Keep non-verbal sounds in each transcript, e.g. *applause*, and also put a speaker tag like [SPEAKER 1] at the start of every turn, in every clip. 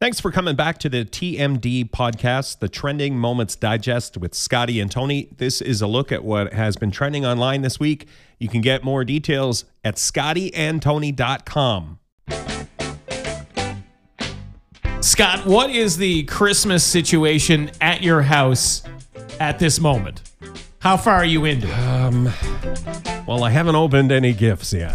[SPEAKER 1] Thanks for coming back to the TMD podcast, the Trending Moments Digest with Scotty and Tony. This is a look at what has been trending online this week. You can get more details at scottyandtony.com.
[SPEAKER 2] Scott, what is the Christmas situation at your house at this moment? How far are you into
[SPEAKER 1] Uh,
[SPEAKER 2] it?
[SPEAKER 1] Well, I haven't opened any gifts *laughs* yet.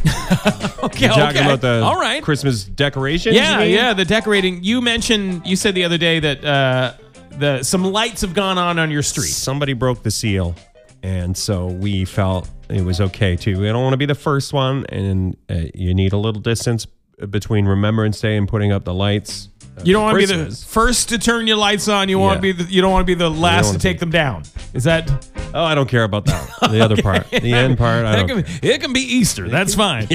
[SPEAKER 2] Okay,
[SPEAKER 1] Talking about the
[SPEAKER 2] all right.
[SPEAKER 1] Christmas decorations. you
[SPEAKER 2] yeah,
[SPEAKER 1] mean?
[SPEAKER 2] yeah, the decorating. You mentioned, you said the other day that uh, the some lights have gone on on your street.
[SPEAKER 1] Somebody broke the seal, and so we felt it was okay too. We don't want to be the first one, and uh, you need a little distance between Remembrance Day and putting up the lights.
[SPEAKER 2] You don't want to be the
[SPEAKER 1] Uh, Christmas.
[SPEAKER 2] first to turn your lights on. You want
[SPEAKER 1] Yeah.
[SPEAKER 2] to be the, you don't want to be the last to
[SPEAKER 1] wanna
[SPEAKER 2] take
[SPEAKER 1] be-
[SPEAKER 2] them down. Is that
[SPEAKER 1] Oh, I don't care about that.
[SPEAKER 2] *laughs*
[SPEAKER 1] The other part, the end part. I
[SPEAKER 2] that
[SPEAKER 1] don't
[SPEAKER 2] can, it can be Easter. That's
[SPEAKER 1] *laughs*
[SPEAKER 2] fine.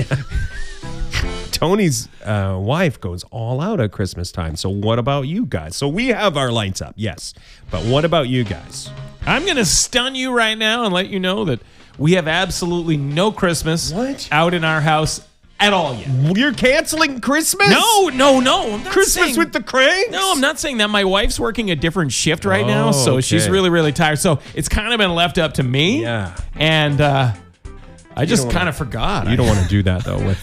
[SPEAKER 1] Tony's uh, wife goes all out at Christmas time. So what about you guys? So we have our lights up, yes. But what about you guys?
[SPEAKER 2] I'm going to stun you right now and let you know that we have absolutely no Christmas
[SPEAKER 1] What?
[SPEAKER 2] out in our house at all yet.
[SPEAKER 1] You're canceling Christmas?
[SPEAKER 2] No, no, no. I'm not
[SPEAKER 1] Christmas
[SPEAKER 2] saying-
[SPEAKER 1] with the cranks?
[SPEAKER 2] No, I'm not saying that. My wife's working a different shift right now,
[SPEAKER 1] Oh,
[SPEAKER 2] so she's
[SPEAKER 1] okay.
[SPEAKER 2] really, really tired. So it's kind of been left up to me.
[SPEAKER 1] Yeah.
[SPEAKER 2] And uh, I just
[SPEAKER 1] don't wanna-
[SPEAKER 2] kind of forgot.
[SPEAKER 1] You don't want to do that though with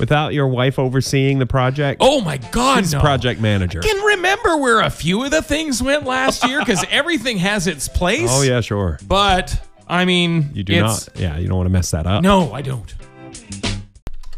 [SPEAKER 1] without your wife overseeing the project.
[SPEAKER 2] oh my God,
[SPEAKER 1] She's
[SPEAKER 2] no.
[SPEAKER 1] project manager.
[SPEAKER 2] I can remember where a few of the things went last
[SPEAKER 1] *laughs*
[SPEAKER 2] year because everything has its place.
[SPEAKER 1] Oh yeah, sure.
[SPEAKER 2] But I mean,
[SPEAKER 1] You do
[SPEAKER 2] it's-
[SPEAKER 1] not. Yeah, you don't want to mess that up.
[SPEAKER 2] No, I don't.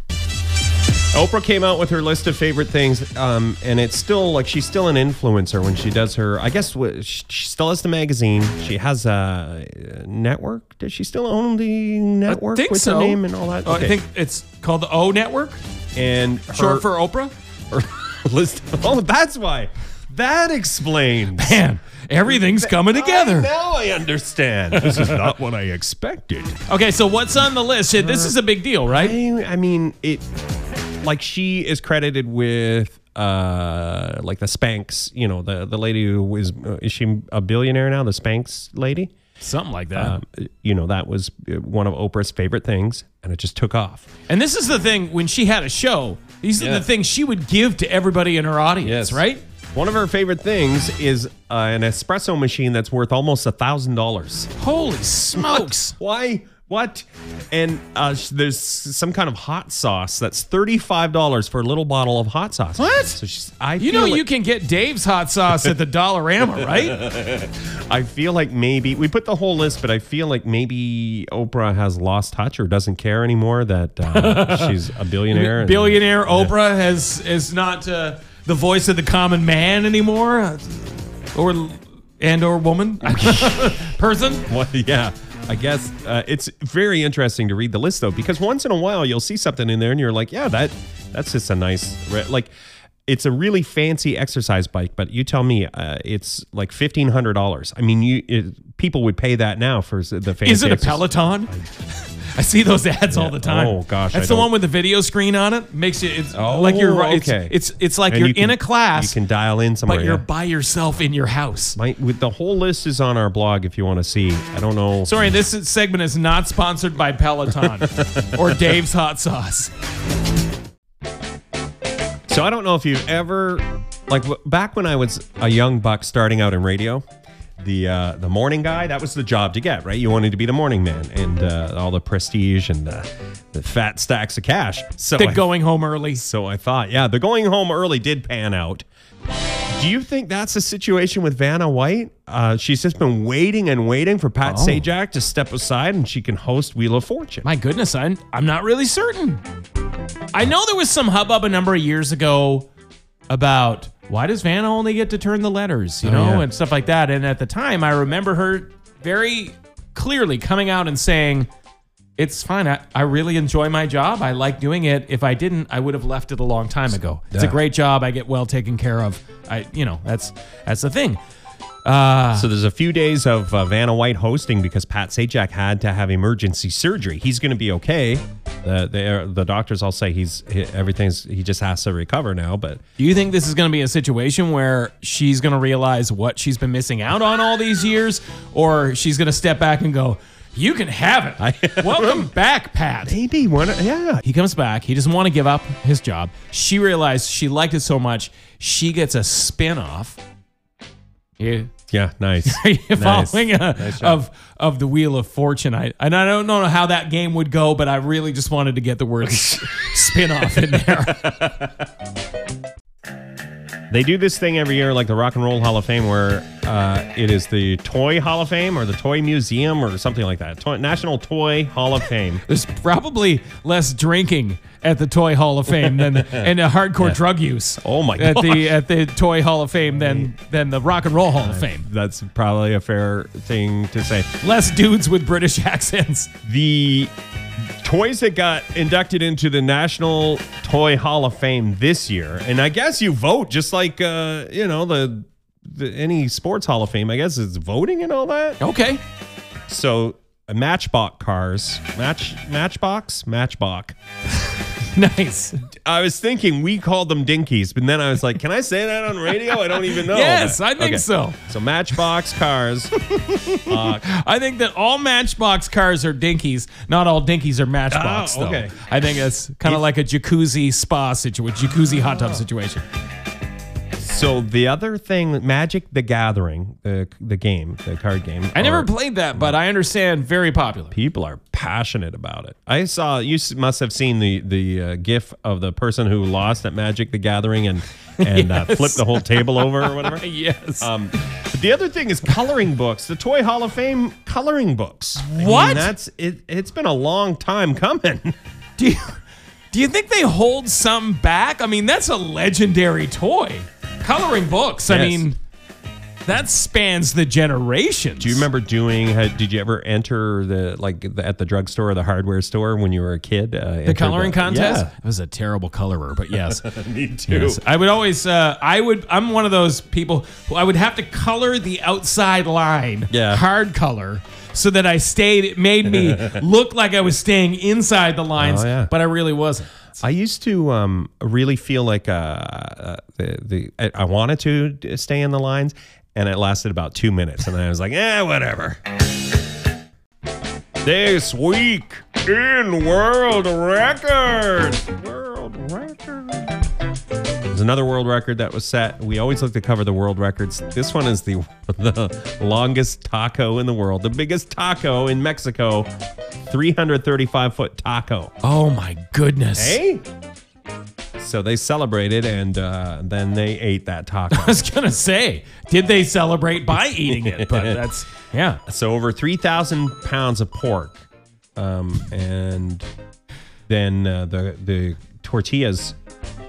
[SPEAKER 1] Oprah came out with her list of favorite things, um, and it's still like she's still an influencer when she does her. I guess wh- she she still has the magazine. She has a uh, network. Does she still own the network
[SPEAKER 2] think
[SPEAKER 1] with
[SPEAKER 2] so.
[SPEAKER 1] her name and all that?
[SPEAKER 2] Oh, I think it's called the O Network,
[SPEAKER 1] and her,
[SPEAKER 2] short for Oprah.
[SPEAKER 1] her *laughs* list. Oh, that's why. That explains.
[SPEAKER 2] Man, everything's coming together.
[SPEAKER 1] *laughs* Now I understand. This is not what I expected.
[SPEAKER 2] Okay, so what's on the list? This is a big deal, right?
[SPEAKER 1] I I mean, it like she is credited with uh like the Spanx, you know, the the lady who is uh, is she a billionaire now, the Spanx lady?
[SPEAKER 2] Something like that.
[SPEAKER 1] Um, you know, that was uh, one of Oprah's favorite things and it just took off.
[SPEAKER 2] and this is the thing when she had a show, these are
[SPEAKER 1] Yeah.
[SPEAKER 2] the things she would give to everybody in her audience, right?
[SPEAKER 1] One of her favorite things is uh, an espresso machine that's worth almost a thousand dollars.
[SPEAKER 2] Holy smokes.
[SPEAKER 1] Why? What? And uh, sh- there's some kind of hot sauce that's thirty-five dollars for a little bottle of hot sauce.
[SPEAKER 2] What?
[SPEAKER 1] So she's, I
[SPEAKER 2] You know,
[SPEAKER 1] feel like-
[SPEAKER 2] you can get Dave's hot sauce at
[SPEAKER 1] *laughs*
[SPEAKER 2] the Dollarama, right?
[SPEAKER 1] I feel like maybe we put the whole list, but I feel like maybe Oprah has lost touch or doesn't care anymore that
[SPEAKER 2] *laughs*
[SPEAKER 1] uh, she's a billionaire. and- *laughs*
[SPEAKER 2] Billionaire Oprah has is not uh, the voice of the common man anymore, uh, or and
[SPEAKER 1] *laughs*
[SPEAKER 2] or woman, person.
[SPEAKER 1] Well, yeah. I guess uh, it's very interesting to read the list though, because once in a while you'll see something in there and you're like, yeah, that that's just a nice re-. like. It's a really fancy exercise bike, but you tell me, uh, it's like fifteen hundred dollars. I mean, you it, people would pay that now for s- the fancy.
[SPEAKER 2] Is it a
[SPEAKER 1] exercise-
[SPEAKER 2] Peloton? *laughs* I see those ads all the time.
[SPEAKER 1] Oh, gosh,
[SPEAKER 2] that's
[SPEAKER 1] I
[SPEAKER 2] the
[SPEAKER 1] don't-
[SPEAKER 2] one with the video screen on it. Makes it it's like you're
[SPEAKER 1] Oh,
[SPEAKER 2] right. It's,
[SPEAKER 1] okay.
[SPEAKER 2] it's it's like
[SPEAKER 1] And
[SPEAKER 2] you're
[SPEAKER 1] you
[SPEAKER 2] in
[SPEAKER 1] can-
[SPEAKER 2] a class,
[SPEAKER 1] You can dial in somewhere.
[SPEAKER 2] but you're
[SPEAKER 1] yeah.
[SPEAKER 2] by yourself in your house.
[SPEAKER 1] My, with the whole list is on our blog if you want to see. I don't know.
[SPEAKER 2] Sorry, this is- segment is not sponsored by Peloton or Dave's Hot Sauce.
[SPEAKER 1] So I don't know if you've ever, like w- back when I was a young buck starting out in radio, the uh, the morning guy that was the job to get, right? You wanted to be the morning man and uh, all the prestige and the, the fat stacks of cash. So
[SPEAKER 2] The
[SPEAKER 1] I-
[SPEAKER 2] going home early.
[SPEAKER 1] so I thought, yeah, the going home early did pan out. Do you think that's the situation with Vanna White? Uh, she's just been waiting and waiting for Pat Sajak to step aside and she can host Wheel of Fortune.
[SPEAKER 2] My goodness, I'm, I'm not really certain. I know there was some hubbub a number of years ago about why does Vanna only get to turn the letters, you know,
[SPEAKER 1] Oh, yeah.
[SPEAKER 2] and stuff like that. And at the time, I remember her very clearly coming out and saying, it's fine. I, I really enjoy my job. I like doing it. If I didn't, I would have left it a long time ago. It's a
[SPEAKER 1] Yeah.
[SPEAKER 2] great job. I get well taken care of. I, you know, that's that's the thing.
[SPEAKER 1] So there's a few days of uh, Vanna White hosting because Pat Sajak had to have emergency surgery. He's going to be okay. The, the the doctors all say he's he, everything's he just has to recover now. But
[SPEAKER 2] Do you think this is going to be a situation where she's going to realize what she's been missing out on all these years, or she's going to step back and go, "You can have
[SPEAKER 1] *laughs*
[SPEAKER 2] it. *laughs* Welcome back, Pat."
[SPEAKER 1] maybe one yeah
[SPEAKER 2] He comes back. He doesn't want to give up his job. She realized she liked it so much. She gets a spin *laughs* off. Yeah.
[SPEAKER 1] Yeah, nice.
[SPEAKER 2] Are you
[SPEAKER 1] Nice.
[SPEAKER 2] following uh,
[SPEAKER 1] Nice job.
[SPEAKER 2] of of the Wheel of Fortune? I and I don't know how that game would go, but I really just wanted to get
[SPEAKER 1] *laughs*
[SPEAKER 2] the word spin off in there.
[SPEAKER 1] They do this thing every year, like the Rock and Roll Hall of Fame, where uh, it is the Toy Hall of Fame or the Toy Museum or something like that. Toy, National Toy Hall of Fame.
[SPEAKER 2] There's probably less drinking at the Toy Hall of
[SPEAKER 1] *laughs*
[SPEAKER 2] Fame than and a hardcore drug use.
[SPEAKER 1] Oh my
[SPEAKER 2] At
[SPEAKER 1] gosh.
[SPEAKER 2] the at the Toy Hall of Fame than than the Rock and Roll Hall of Fame.
[SPEAKER 1] That's probably a fair thing to say.
[SPEAKER 2] Less dudes with British *laughs* accents.
[SPEAKER 1] The toys that got inducted into the National Toy Hall of Fame this year, and I guess you vote just like uh, you know the, the any sports Hall of Fame. I guess it's voting and all that.
[SPEAKER 2] Okay. *laughs*
[SPEAKER 1] So. uh, Matchbox cars, match, matchbox, matchbox.
[SPEAKER 2] Nice.
[SPEAKER 1] I was thinking we called them dinkies, but then I was like, can I say that on radio? I don't even know.
[SPEAKER 2] *laughs* Yes, I think
[SPEAKER 1] Okay.
[SPEAKER 2] so.
[SPEAKER 1] So Matchbox
[SPEAKER 2] *laughs*
[SPEAKER 1] cars. Uh,
[SPEAKER 2] I think that all Matchbox cars are dinkies. Not all dinkies are Matchbox,
[SPEAKER 1] Oh, okay.
[SPEAKER 2] though. I think that's kind of like a jacuzzi spa situation, jacuzzi hot
[SPEAKER 1] Oh.
[SPEAKER 2] tub situation.
[SPEAKER 1] so the other thing, Magic the Gathering, the the game, the card game.
[SPEAKER 2] I never
[SPEAKER 1] are-
[SPEAKER 2] played that, but I understand very popular. *laughs*
[SPEAKER 1] People are passionate about it. I saw you s- must have seen the the uh, gif of the person who lost at Magic the Gathering and and uh, flipped the whole table over or
[SPEAKER 2] *laughs*
[SPEAKER 1] whatever.
[SPEAKER 2] Yes.
[SPEAKER 1] Um, but the other thing is coloring books. The Toy Hall of Fame coloring books. I mean,
[SPEAKER 2] What?
[SPEAKER 1] that's it. It's been a long time coming. *laughs*
[SPEAKER 2] do you *laughs* do you think they hold some back? I mean, that's a legendary toy. Coloring books. I
[SPEAKER 1] Yes.
[SPEAKER 2] mean, that spans the generations.
[SPEAKER 1] Do you remember doing? Had, did you ever enter the like the, at the drugstore or the hardware store when you were a kid? Uh,
[SPEAKER 2] the coloring contest? I was a terrible colorer,
[SPEAKER 1] *laughs*
[SPEAKER 2] but yes.
[SPEAKER 1] Yeah, *laughs* me too.
[SPEAKER 2] Yes. I would always, uh, I would, I'm one of those people who I would have to color the outside line
[SPEAKER 1] Yeah.
[SPEAKER 2] hard color so that I stayed, it made me
[SPEAKER 1] *laughs*
[SPEAKER 2] look like I was staying inside the lines,
[SPEAKER 1] Oh, yeah.
[SPEAKER 2] but I really wasn't.
[SPEAKER 1] I used to um, really feel like uh, uh, the the I, I wanted to d- stay in the lines, and it lasted about two minutes, and I was like, eh, whatever. This week in world record, world record. There's another world record that was set. We always look to cover the world records. This one is the *laughs* the longest taco in the world, the biggest taco in Mexico, 335 foot taco.
[SPEAKER 2] Oh my goodness.
[SPEAKER 1] Hey. So they celebrated and uh, then they ate that
[SPEAKER 2] I *laughs*
[SPEAKER 1] taco.
[SPEAKER 2] was going to say, did they celebrate by eating it? But that's, yeah.
[SPEAKER 1] so over 3,000 pounds of pork. Um, and then uh, the the tortillas.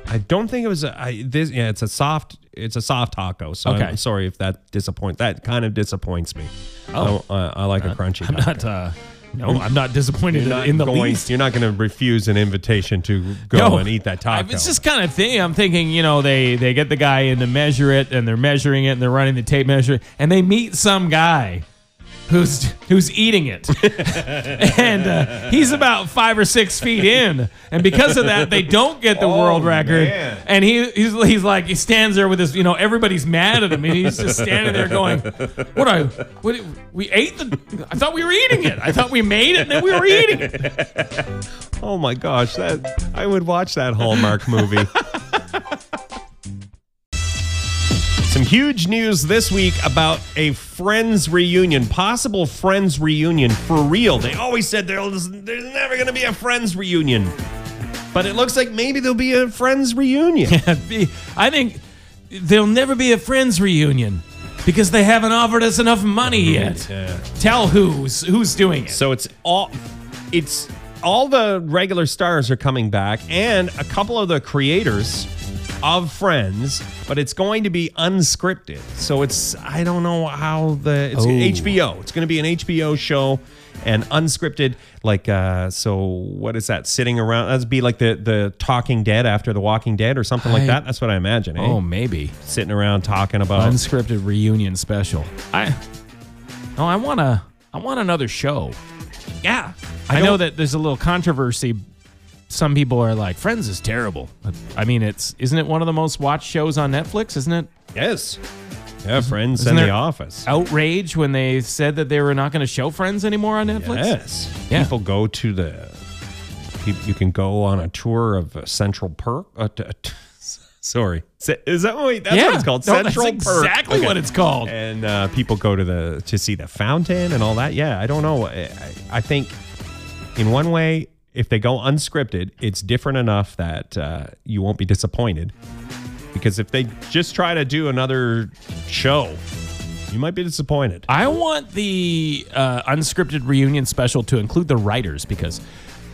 [SPEAKER 1] I don't think it was a, I, this. Yeah, it's a soft. It's a soft taco. So
[SPEAKER 2] Okay.
[SPEAKER 1] I'm sorry if that disappoints. That kind of disappoints me.
[SPEAKER 2] Oh.
[SPEAKER 1] I, I, I like a crunchy. taco.
[SPEAKER 2] Not, uh, no, I'm not disappointed in,
[SPEAKER 1] You're not
[SPEAKER 2] in the
[SPEAKER 1] going,
[SPEAKER 2] least.
[SPEAKER 1] You're not going to refuse an invitation to go
[SPEAKER 2] No.
[SPEAKER 1] and eat that
[SPEAKER 2] I
[SPEAKER 1] taco.
[SPEAKER 2] was just kind of thinking. I'm thinking, you know, they they get the guy in to measure it, and they're measuring it, and they're running the tape measure, and they meet some guy who's who's eating it, *laughs* and uh, he's about five or six feet in, and because of that, they don't get the world record,
[SPEAKER 1] man.
[SPEAKER 2] and he he's, he's like he stands there with his, you know, everybody's mad at him, and he's just standing there going, "What I what we ate the? I thought we were eating it. I thought we made it, and then we were eating it."
[SPEAKER 1] Oh my gosh, that I would watch that Hallmark movie. Some huge news this week about a Friends reunion, possible Friends reunion for real. They always said there's, there's never going to be a Friends reunion. But it looks like maybe there'll be a Friends reunion.
[SPEAKER 2] *laughs* Be- I think there'll never be a friends reunion because they haven't offered us enough money yet. Tell who's who's doing it.
[SPEAKER 1] So it's all it's all the regular stars are coming back and a couple of the creators of Friends, but it's going to be unscripted. So it's I don't know how the it's
[SPEAKER 2] Oh.
[SPEAKER 1] HBO. It's going to be an HBO show and unscripted like uh so what is that sitting around that'd be like the the talking dead after the walking dead or something like
[SPEAKER 2] I-
[SPEAKER 1] that that's what i imagine eh?
[SPEAKER 2] oh, maybe
[SPEAKER 1] sitting around talking about
[SPEAKER 2] unscripted reunion special. I no, I want to. I want another show. Yeah, I, know
[SPEAKER 1] don't-
[SPEAKER 2] that there's a little controversy. Some people are like, "Friends is terrible." But, I mean, it's isn't it one of the most watched shows on Netflix? Isn't it
[SPEAKER 1] yes yeah friends and
[SPEAKER 2] there-
[SPEAKER 1] the office
[SPEAKER 2] outrage when they said that they were not going to show Friends anymore on Netflix?
[SPEAKER 1] Yes.
[SPEAKER 2] Yeah.
[SPEAKER 1] People go to the. You, you can go on a tour of uh, Central Perk. Uh, t- *laughs* t- Sorry. Se- Is that wait? That's
[SPEAKER 2] yeah,
[SPEAKER 1] what it's called.
[SPEAKER 2] No,
[SPEAKER 1] Central
[SPEAKER 2] that's
[SPEAKER 1] Perk.
[SPEAKER 2] exactly
[SPEAKER 1] Okay.
[SPEAKER 2] what it's called.
[SPEAKER 1] And uh, people go to the to see the fountain and all that. Yeah, I don't know. I, I- I think in one way, if they go unscripted, it's different enough that uh, you won't be disappointed. Because if they just try to do another show, you might be disappointed.
[SPEAKER 2] I want the uh, unscripted reunion special to include the writers because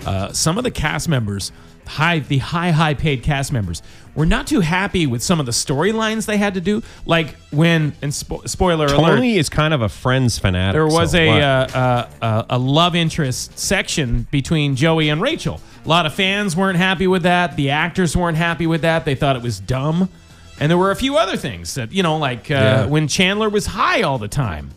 [SPEAKER 2] uh, some of the cast members, high the high high paid cast members, were not too happy with some of the storylines they had to do. Like when and spo- spoiler alert,
[SPEAKER 1] Tony is kind of a Friends fanatic.
[SPEAKER 2] there was
[SPEAKER 1] so
[SPEAKER 2] a
[SPEAKER 1] what?
[SPEAKER 2] uh, uh, uh, a love interest section between Joey and Rachel. A lot of fans weren't happy with that. The actors weren't happy with that. They thought it was dumb. And there were a few other things that you know, like uh,
[SPEAKER 1] Yeah.
[SPEAKER 2] when Chandler was high all the time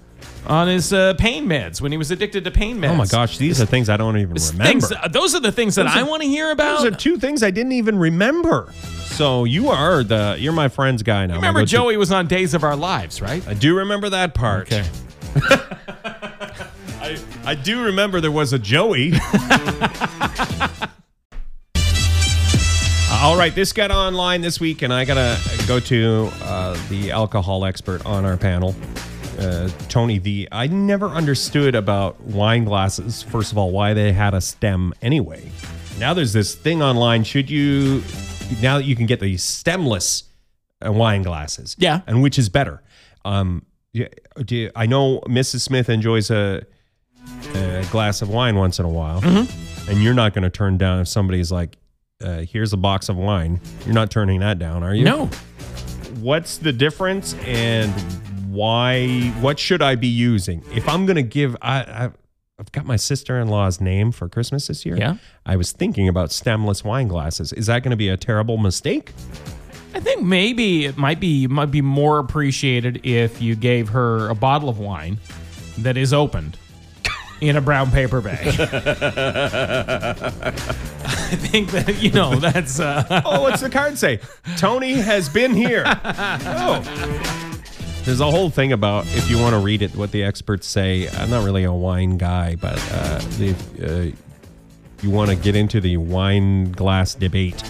[SPEAKER 2] on his uh, pain meds when he was addicted to pain meds.
[SPEAKER 1] oh my gosh, these are things I don't even remember.
[SPEAKER 2] Things, uh, those are the things that I want to hear about.
[SPEAKER 1] Those are two things I didn't even remember. So you are the you're my friend's guy now. I'm
[SPEAKER 2] Remember,
[SPEAKER 1] gonna go to-
[SPEAKER 2] Joey was on Days of Our Lives, right?
[SPEAKER 1] I do remember that part. *laughs*
[SPEAKER 2] Okay.
[SPEAKER 1] I, I do remember there was a Joey. Uh, All right, this got online this week, and I gotta go to uh, the alcohol expert on our panel, uh, Tony V. I never understood about wine glasses. First of all, why they had a stem anyway. Now there's this thing online. Should you now that you can get the stemless uh, wine glasses?
[SPEAKER 2] Yeah.
[SPEAKER 1] and which is better? Um, yeah, do you- I know Mrs. Smith enjoys a a glass of wine once in a while, and you're not going to turn down if somebody's like, uh, "Here's a box of wine." You're not turning that down, are you?
[SPEAKER 2] No.
[SPEAKER 1] What's the difference, and why? What should I be using if I'm going to give? I, I I've got my sister-in-law's name for Christmas this year.
[SPEAKER 2] Yeah.
[SPEAKER 1] I was thinking about stemless wine glasses. Is that going to be a terrible mistake?
[SPEAKER 2] I think maybe it might be might be more appreciated if you gave her a bottle of wine that is opened in a brown paper bag. *laughs* I think that you know that's uh,
[SPEAKER 1] oh, what's the card say? Tony has been here. Oh. There's a whole thing about if you want to read it, what the experts say. I'm not really a wine guy, but uh, if uh, you want to get into the wine glass debate,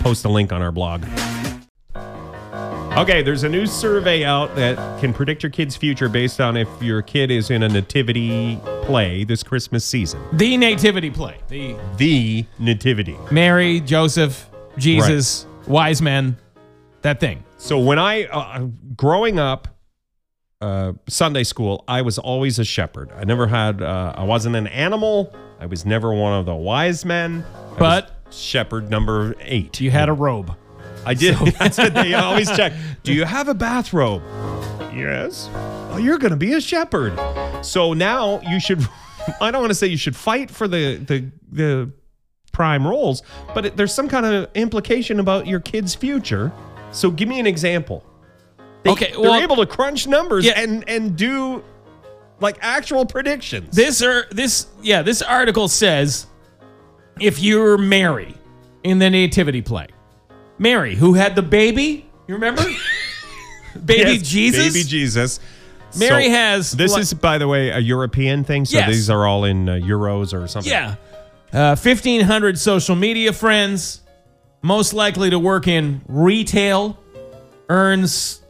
[SPEAKER 1] post a link on our blog. Okay, there's a new survey out that can predict your kid's future based on if your kid is in a nativity play this Christmas season.
[SPEAKER 2] the nativity play. The
[SPEAKER 1] The nativity.
[SPEAKER 2] Mary, Joseph, Jesus, wise men, that thing.
[SPEAKER 1] So when I uh, growing up, uh, Sunday school, I was always a shepherd. I never had. Uh, I wasn't an animal. I was never one of the wise men. I was
[SPEAKER 2] But-
[SPEAKER 1] shepherd number eight.
[SPEAKER 2] You had a robe.
[SPEAKER 1] I did. *laughs* That's what they always check. Do you have a bathrobe? Yes. Oh, you're going to be a shepherd. So now you should. *laughs* I don't want to say you should fight for the the the prime roles, but it, there's some kind of implication about your kid's future. So give me an example. They,
[SPEAKER 2] Okay,
[SPEAKER 1] They're
[SPEAKER 2] well-
[SPEAKER 1] able to crunch numbers
[SPEAKER 2] Yeah.
[SPEAKER 1] and and do like actual predictions.
[SPEAKER 2] This or this yeah, this article says if you're Mary in the nativity play. Mary, who had the baby, you remember? baby
[SPEAKER 1] Yes,
[SPEAKER 2] Jesus?
[SPEAKER 1] Baby Jesus.
[SPEAKER 2] Mary has
[SPEAKER 1] This
[SPEAKER 2] li-
[SPEAKER 1] is, by the way, a European thing. So
[SPEAKER 2] Yes.
[SPEAKER 1] these are all in uh, euros or something.
[SPEAKER 2] yeah. Uh, 1500 social media friends, most likely to work in retail, earns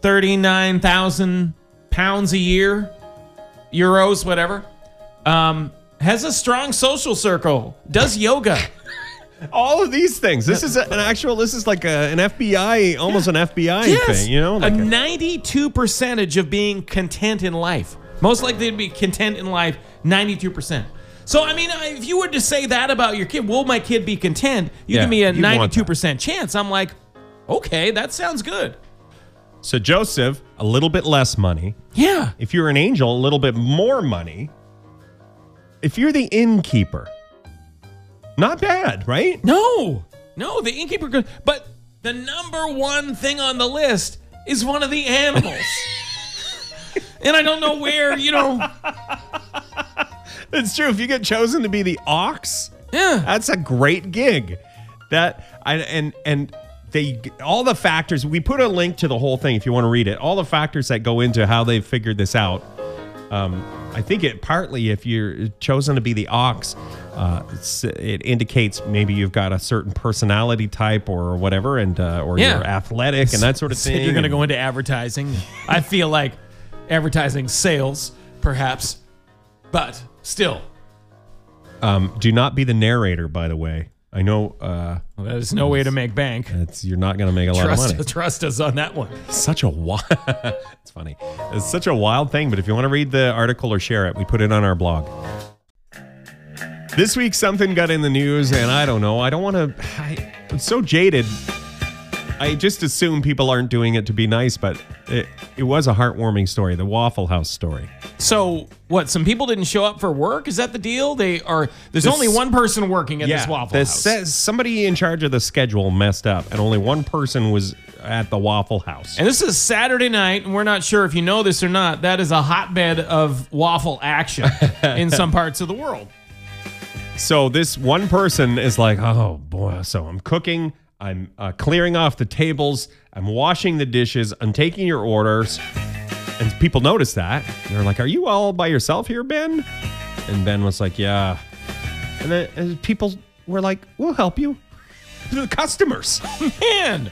[SPEAKER 2] 39,000 pounds a year, euros, whatever. Um, has a strong social circle, does yoga.
[SPEAKER 1] all of these things. This is a- an actual. This is like a, an FBI, almost an FBI thing. You know, like
[SPEAKER 2] a
[SPEAKER 1] a-
[SPEAKER 2] 92 percentage of being content in life. Most likely to be content in life, 92%. So, I mean, I- if you were to say that about your kid, will my kid be content? You
[SPEAKER 1] Yeah,
[SPEAKER 2] give me a
[SPEAKER 1] you'd want that.
[SPEAKER 2] 92% chance. I'm like, okay, that sounds good.
[SPEAKER 1] so Joseph, a little bit less money.
[SPEAKER 2] Yeah.
[SPEAKER 1] If you're an angel, a little bit more money. If you're the innkeeper, not bad, right?
[SPEAKER 2] No, no, the innkeeper could. But the number one thing on the list is one of the
[SPEAKER 1] *laughs*
[SPEAKER 2] animals. and I don't know where, you know.
[SPEAKER 1] It's true. If you get chosen to be the ox,
[SPEAKER 2] Yeah.
[SPEAKER 1] that's a great gig. That I, and and they all the factors. We put a link to the whole thing if you want to read it. All the factors that go into how they figured this out. Um, I think it partly, if you're chosen to be the ox, uh, it's, it indicates maybe you've got a certain personality type or whatever, and uh, or
[SPEAKER 2] Yeah.
[SPEAKER 1] you're athletic and that
[SPEAKER 2] *laughs*
[SPEAKER 1] sort of
[SPEAKER 2] Said
[SPEAKER 1] thing.
[SPEAKER 2] You're going to
[SPEAKER 1] and-
[SPEAKER 2] go into advertising. *laughs* I feel like advertising sales, perhaps, but still,
[SPEAKER 1] Um, do not be the narrator, by the way. I know uh,
[SPEAKER 2] that is no way to make bank.
[SPEAKER 1] it's, you're not going to make a lot of money.
[SPEAKER 2] Trust, trust us on that one.
[SPEAKER 1] Such a wild. *laughs* it's funny. It's such a wild thing. But if you want to read the article or share it, we put it on our blog. This week, something got in the news, and I don't know. I don't want to. I- I'm so jaded. I just assume people aren't doing it to be nice, but it, it was a heartwarming story, the Waffle House story.
[SPEAKER 2] So, what? Some people didn't show up for work? Is that the deal? They are. There's
[SPEAKER 1] This-
[SPEAKER 2] only one person working at this Waffle
[SPEAKER 1] the
[SPEAKER 2] House.
[SPEAKER 1] se- somebody in charge of the schedule messed up, and only one person was at the Waffle House.
[SPEAKER 2] And this is Saturday night, and we're not sure if you know this or not. That is a hotbed of waffle action
[SPEAKER 1] *laughs*
[SPEAKER 2] in some parts of the world.
[SPEAKER 1] So this one person is like, oh boy. So I'm cooking. I'm uh, clearing off the tables. I'm washing the dishes. I'm taking your orders. And people notice that. They're like, are you all by yourself here, Ben? And Ben was like, yeah. And then and people were like, we'll help you. *laughs* The customers.
[SPEAKER 2] Man,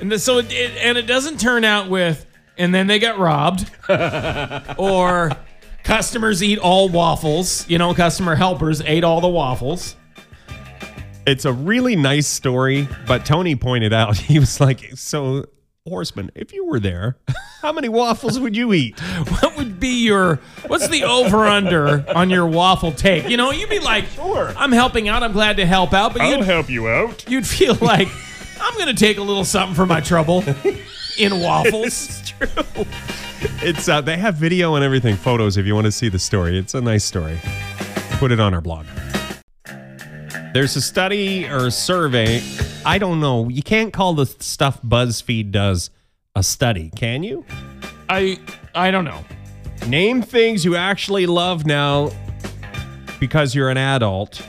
[SPEAKER 2] and the, so it, it and it doesn't turn out with, and then they got *laughs* robbed, or customers eat all waffles. You know, customer helpers ate all the waffles.
[SPEAKER 1] It's a really nice story, but Tony pointed out, *laughs* he was like, so horseman, if you were there, *laughs* how many waffles would you eat?
[SPEAKER 2] What would be your what's the over under on your waffle take? You know, you'd be like,
[SPEAKER 1] Sure.
[SPEAKER 2] I'm helping out. I'm glad to help out, but you'd
[SPEAKER 1] help you out.
[SPEAKER 2] you'd feel like I'm gonna take a little something for my *laughs* trouble in waffles.
[SPEAKER 1] It's true. It's uh, they have video and everything, photos if you want to see the story. It's a nice story. Put it on our blog. There's a study or a survey. I don't know. You can't call the stuff BuzzFeed does a study, can you?
[SPEAKER 2] I I don't know.
[SPEAKER 1] Name things you actually love now because you're an adult.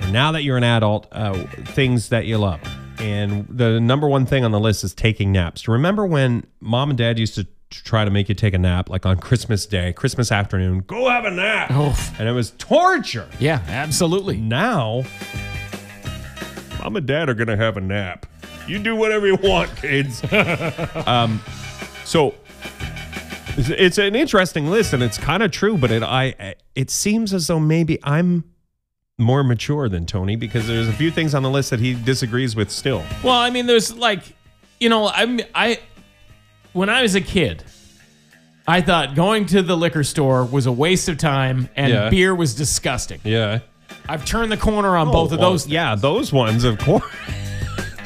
[SPEAKER 1] And now that you're an adult, uh, things that you love. And the number one thing on the list is taking naps. Do you Remember when mom and dad used to t- try to make you take a nap, like on Christmas Day, Christmas afternoon? Go have a nap.
[SPEAKER 2] Oh.
[SPEAKER 1] And it was torture.
[SPEAKER 2] Yeah, absolutely.
[SPEAKER 1] Now, mom and dad are going to have a nap. You do whatever you want, kids. *laughs* um, so it's- it's an interesting list, and it's kind of true, but it I it seems as though maybe I'm more mature than Tony because there's a few things on the list that he disagrees with still.
[SPEAKER 2] Well, I mean, there's like, you know, I'm I when I was a kid, I thought going to the liquor store was a waste of time and
[SPEAKER 1] Yeah.
[SPEAKER 2] beer was disgusting.
[SPEAKER 1] Yeah,
[SPEAKER 2] I've turned the corner on both of those.
[SPEAKER 1] Oh, Yeah, those ones, of course.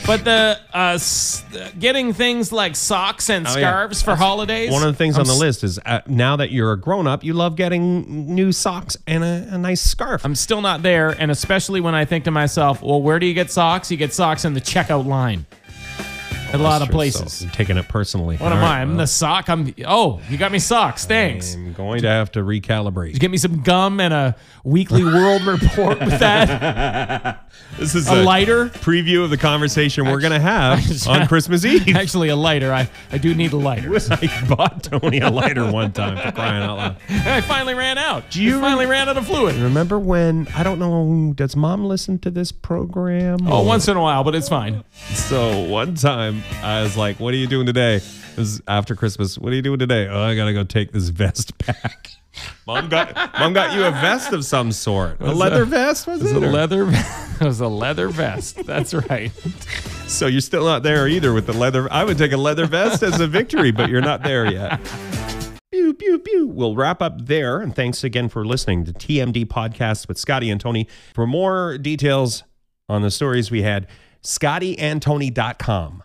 [SPEAKER 2] But the uh, s- getting things like socks and
[SPEAKER 1] Oh, yeah.
[SPEAKER 2] scarves for holidays.
[SPEAKER 1] One of the things
[SPEAKER 2] I'm
[SPEAKER 1] on the
[SPEAKER 2] s-
[SPEAKER 1] list is uh, now that you're a grown up, you love getting new socks and a, a nice scarf.
[SPEAKER 2] I'm still not there, and especially when I think to myself, well, where do you get socks? You get socks in the checkout line. At a lot of places.
[SPEAKER 1] So, taking it personally.
[SPEAKER 2] what am
[SPEAKER 1] All
[SPEAKER 2] I?
[SPEAKER 1] right,
[SPEAKER 2] I'm the sock. I'm. Oh, you got me socks. Thanks.
[SPEAKER 1] I'm going to have to recalibrate.
[SPEAKER 2] Get me some gum and a weekly world report
[SPEAKER 1] *laughs*
[SPEAKER 2] with that.
[SPEAKER 1] *laughs* This is
[SPEAKER 2] A lighter.
[SPEAKER 1] preview of the conversation we're going to
[SPEAKER 2] *laughs*
[SPEAKER 1] have
[SPEAKER 2] just-
[SPEAKER 1] on Christmas Eve. *laughs*
[SPEAKER 2] Actually, a lighter. I, I do need a lighter.
[SPEAKER 1] I bought Tony a lighter one time for crying out loud.
[SPEAKER 2] I finally ran out.
[SPEAKER 1] Do you-
[SPEAKER 2] I finally ran out of fluid.
[SPEAKER 1] Remember when I don't know does mom listen to this program?
[SPEAKER 2] Oh, once in a while, but it's fine.
[SPEAKER 1] so one time I was like, "What are you doing today?" It was after Christmas. What are you doing today? Oh, I gotta go take this vest *laughs* back. mom got mom got you a vest of some sort. a leather vest was it?
[SPEAKER 2] It was a
[SPEAKER 1] or-
[SPEAKER 2] leather. *laughs* It was a leather vest. That's right.
[SPEAKER 1] So you're still not there either with the leather. I would take a leather vest as a victory, but you're not there yet. Pew, pew, pew. We'll wrap up there. And thanks again for listening to TMD Podcast with Scotty and Tony. For more details on the stories we had, scottyandtony.com.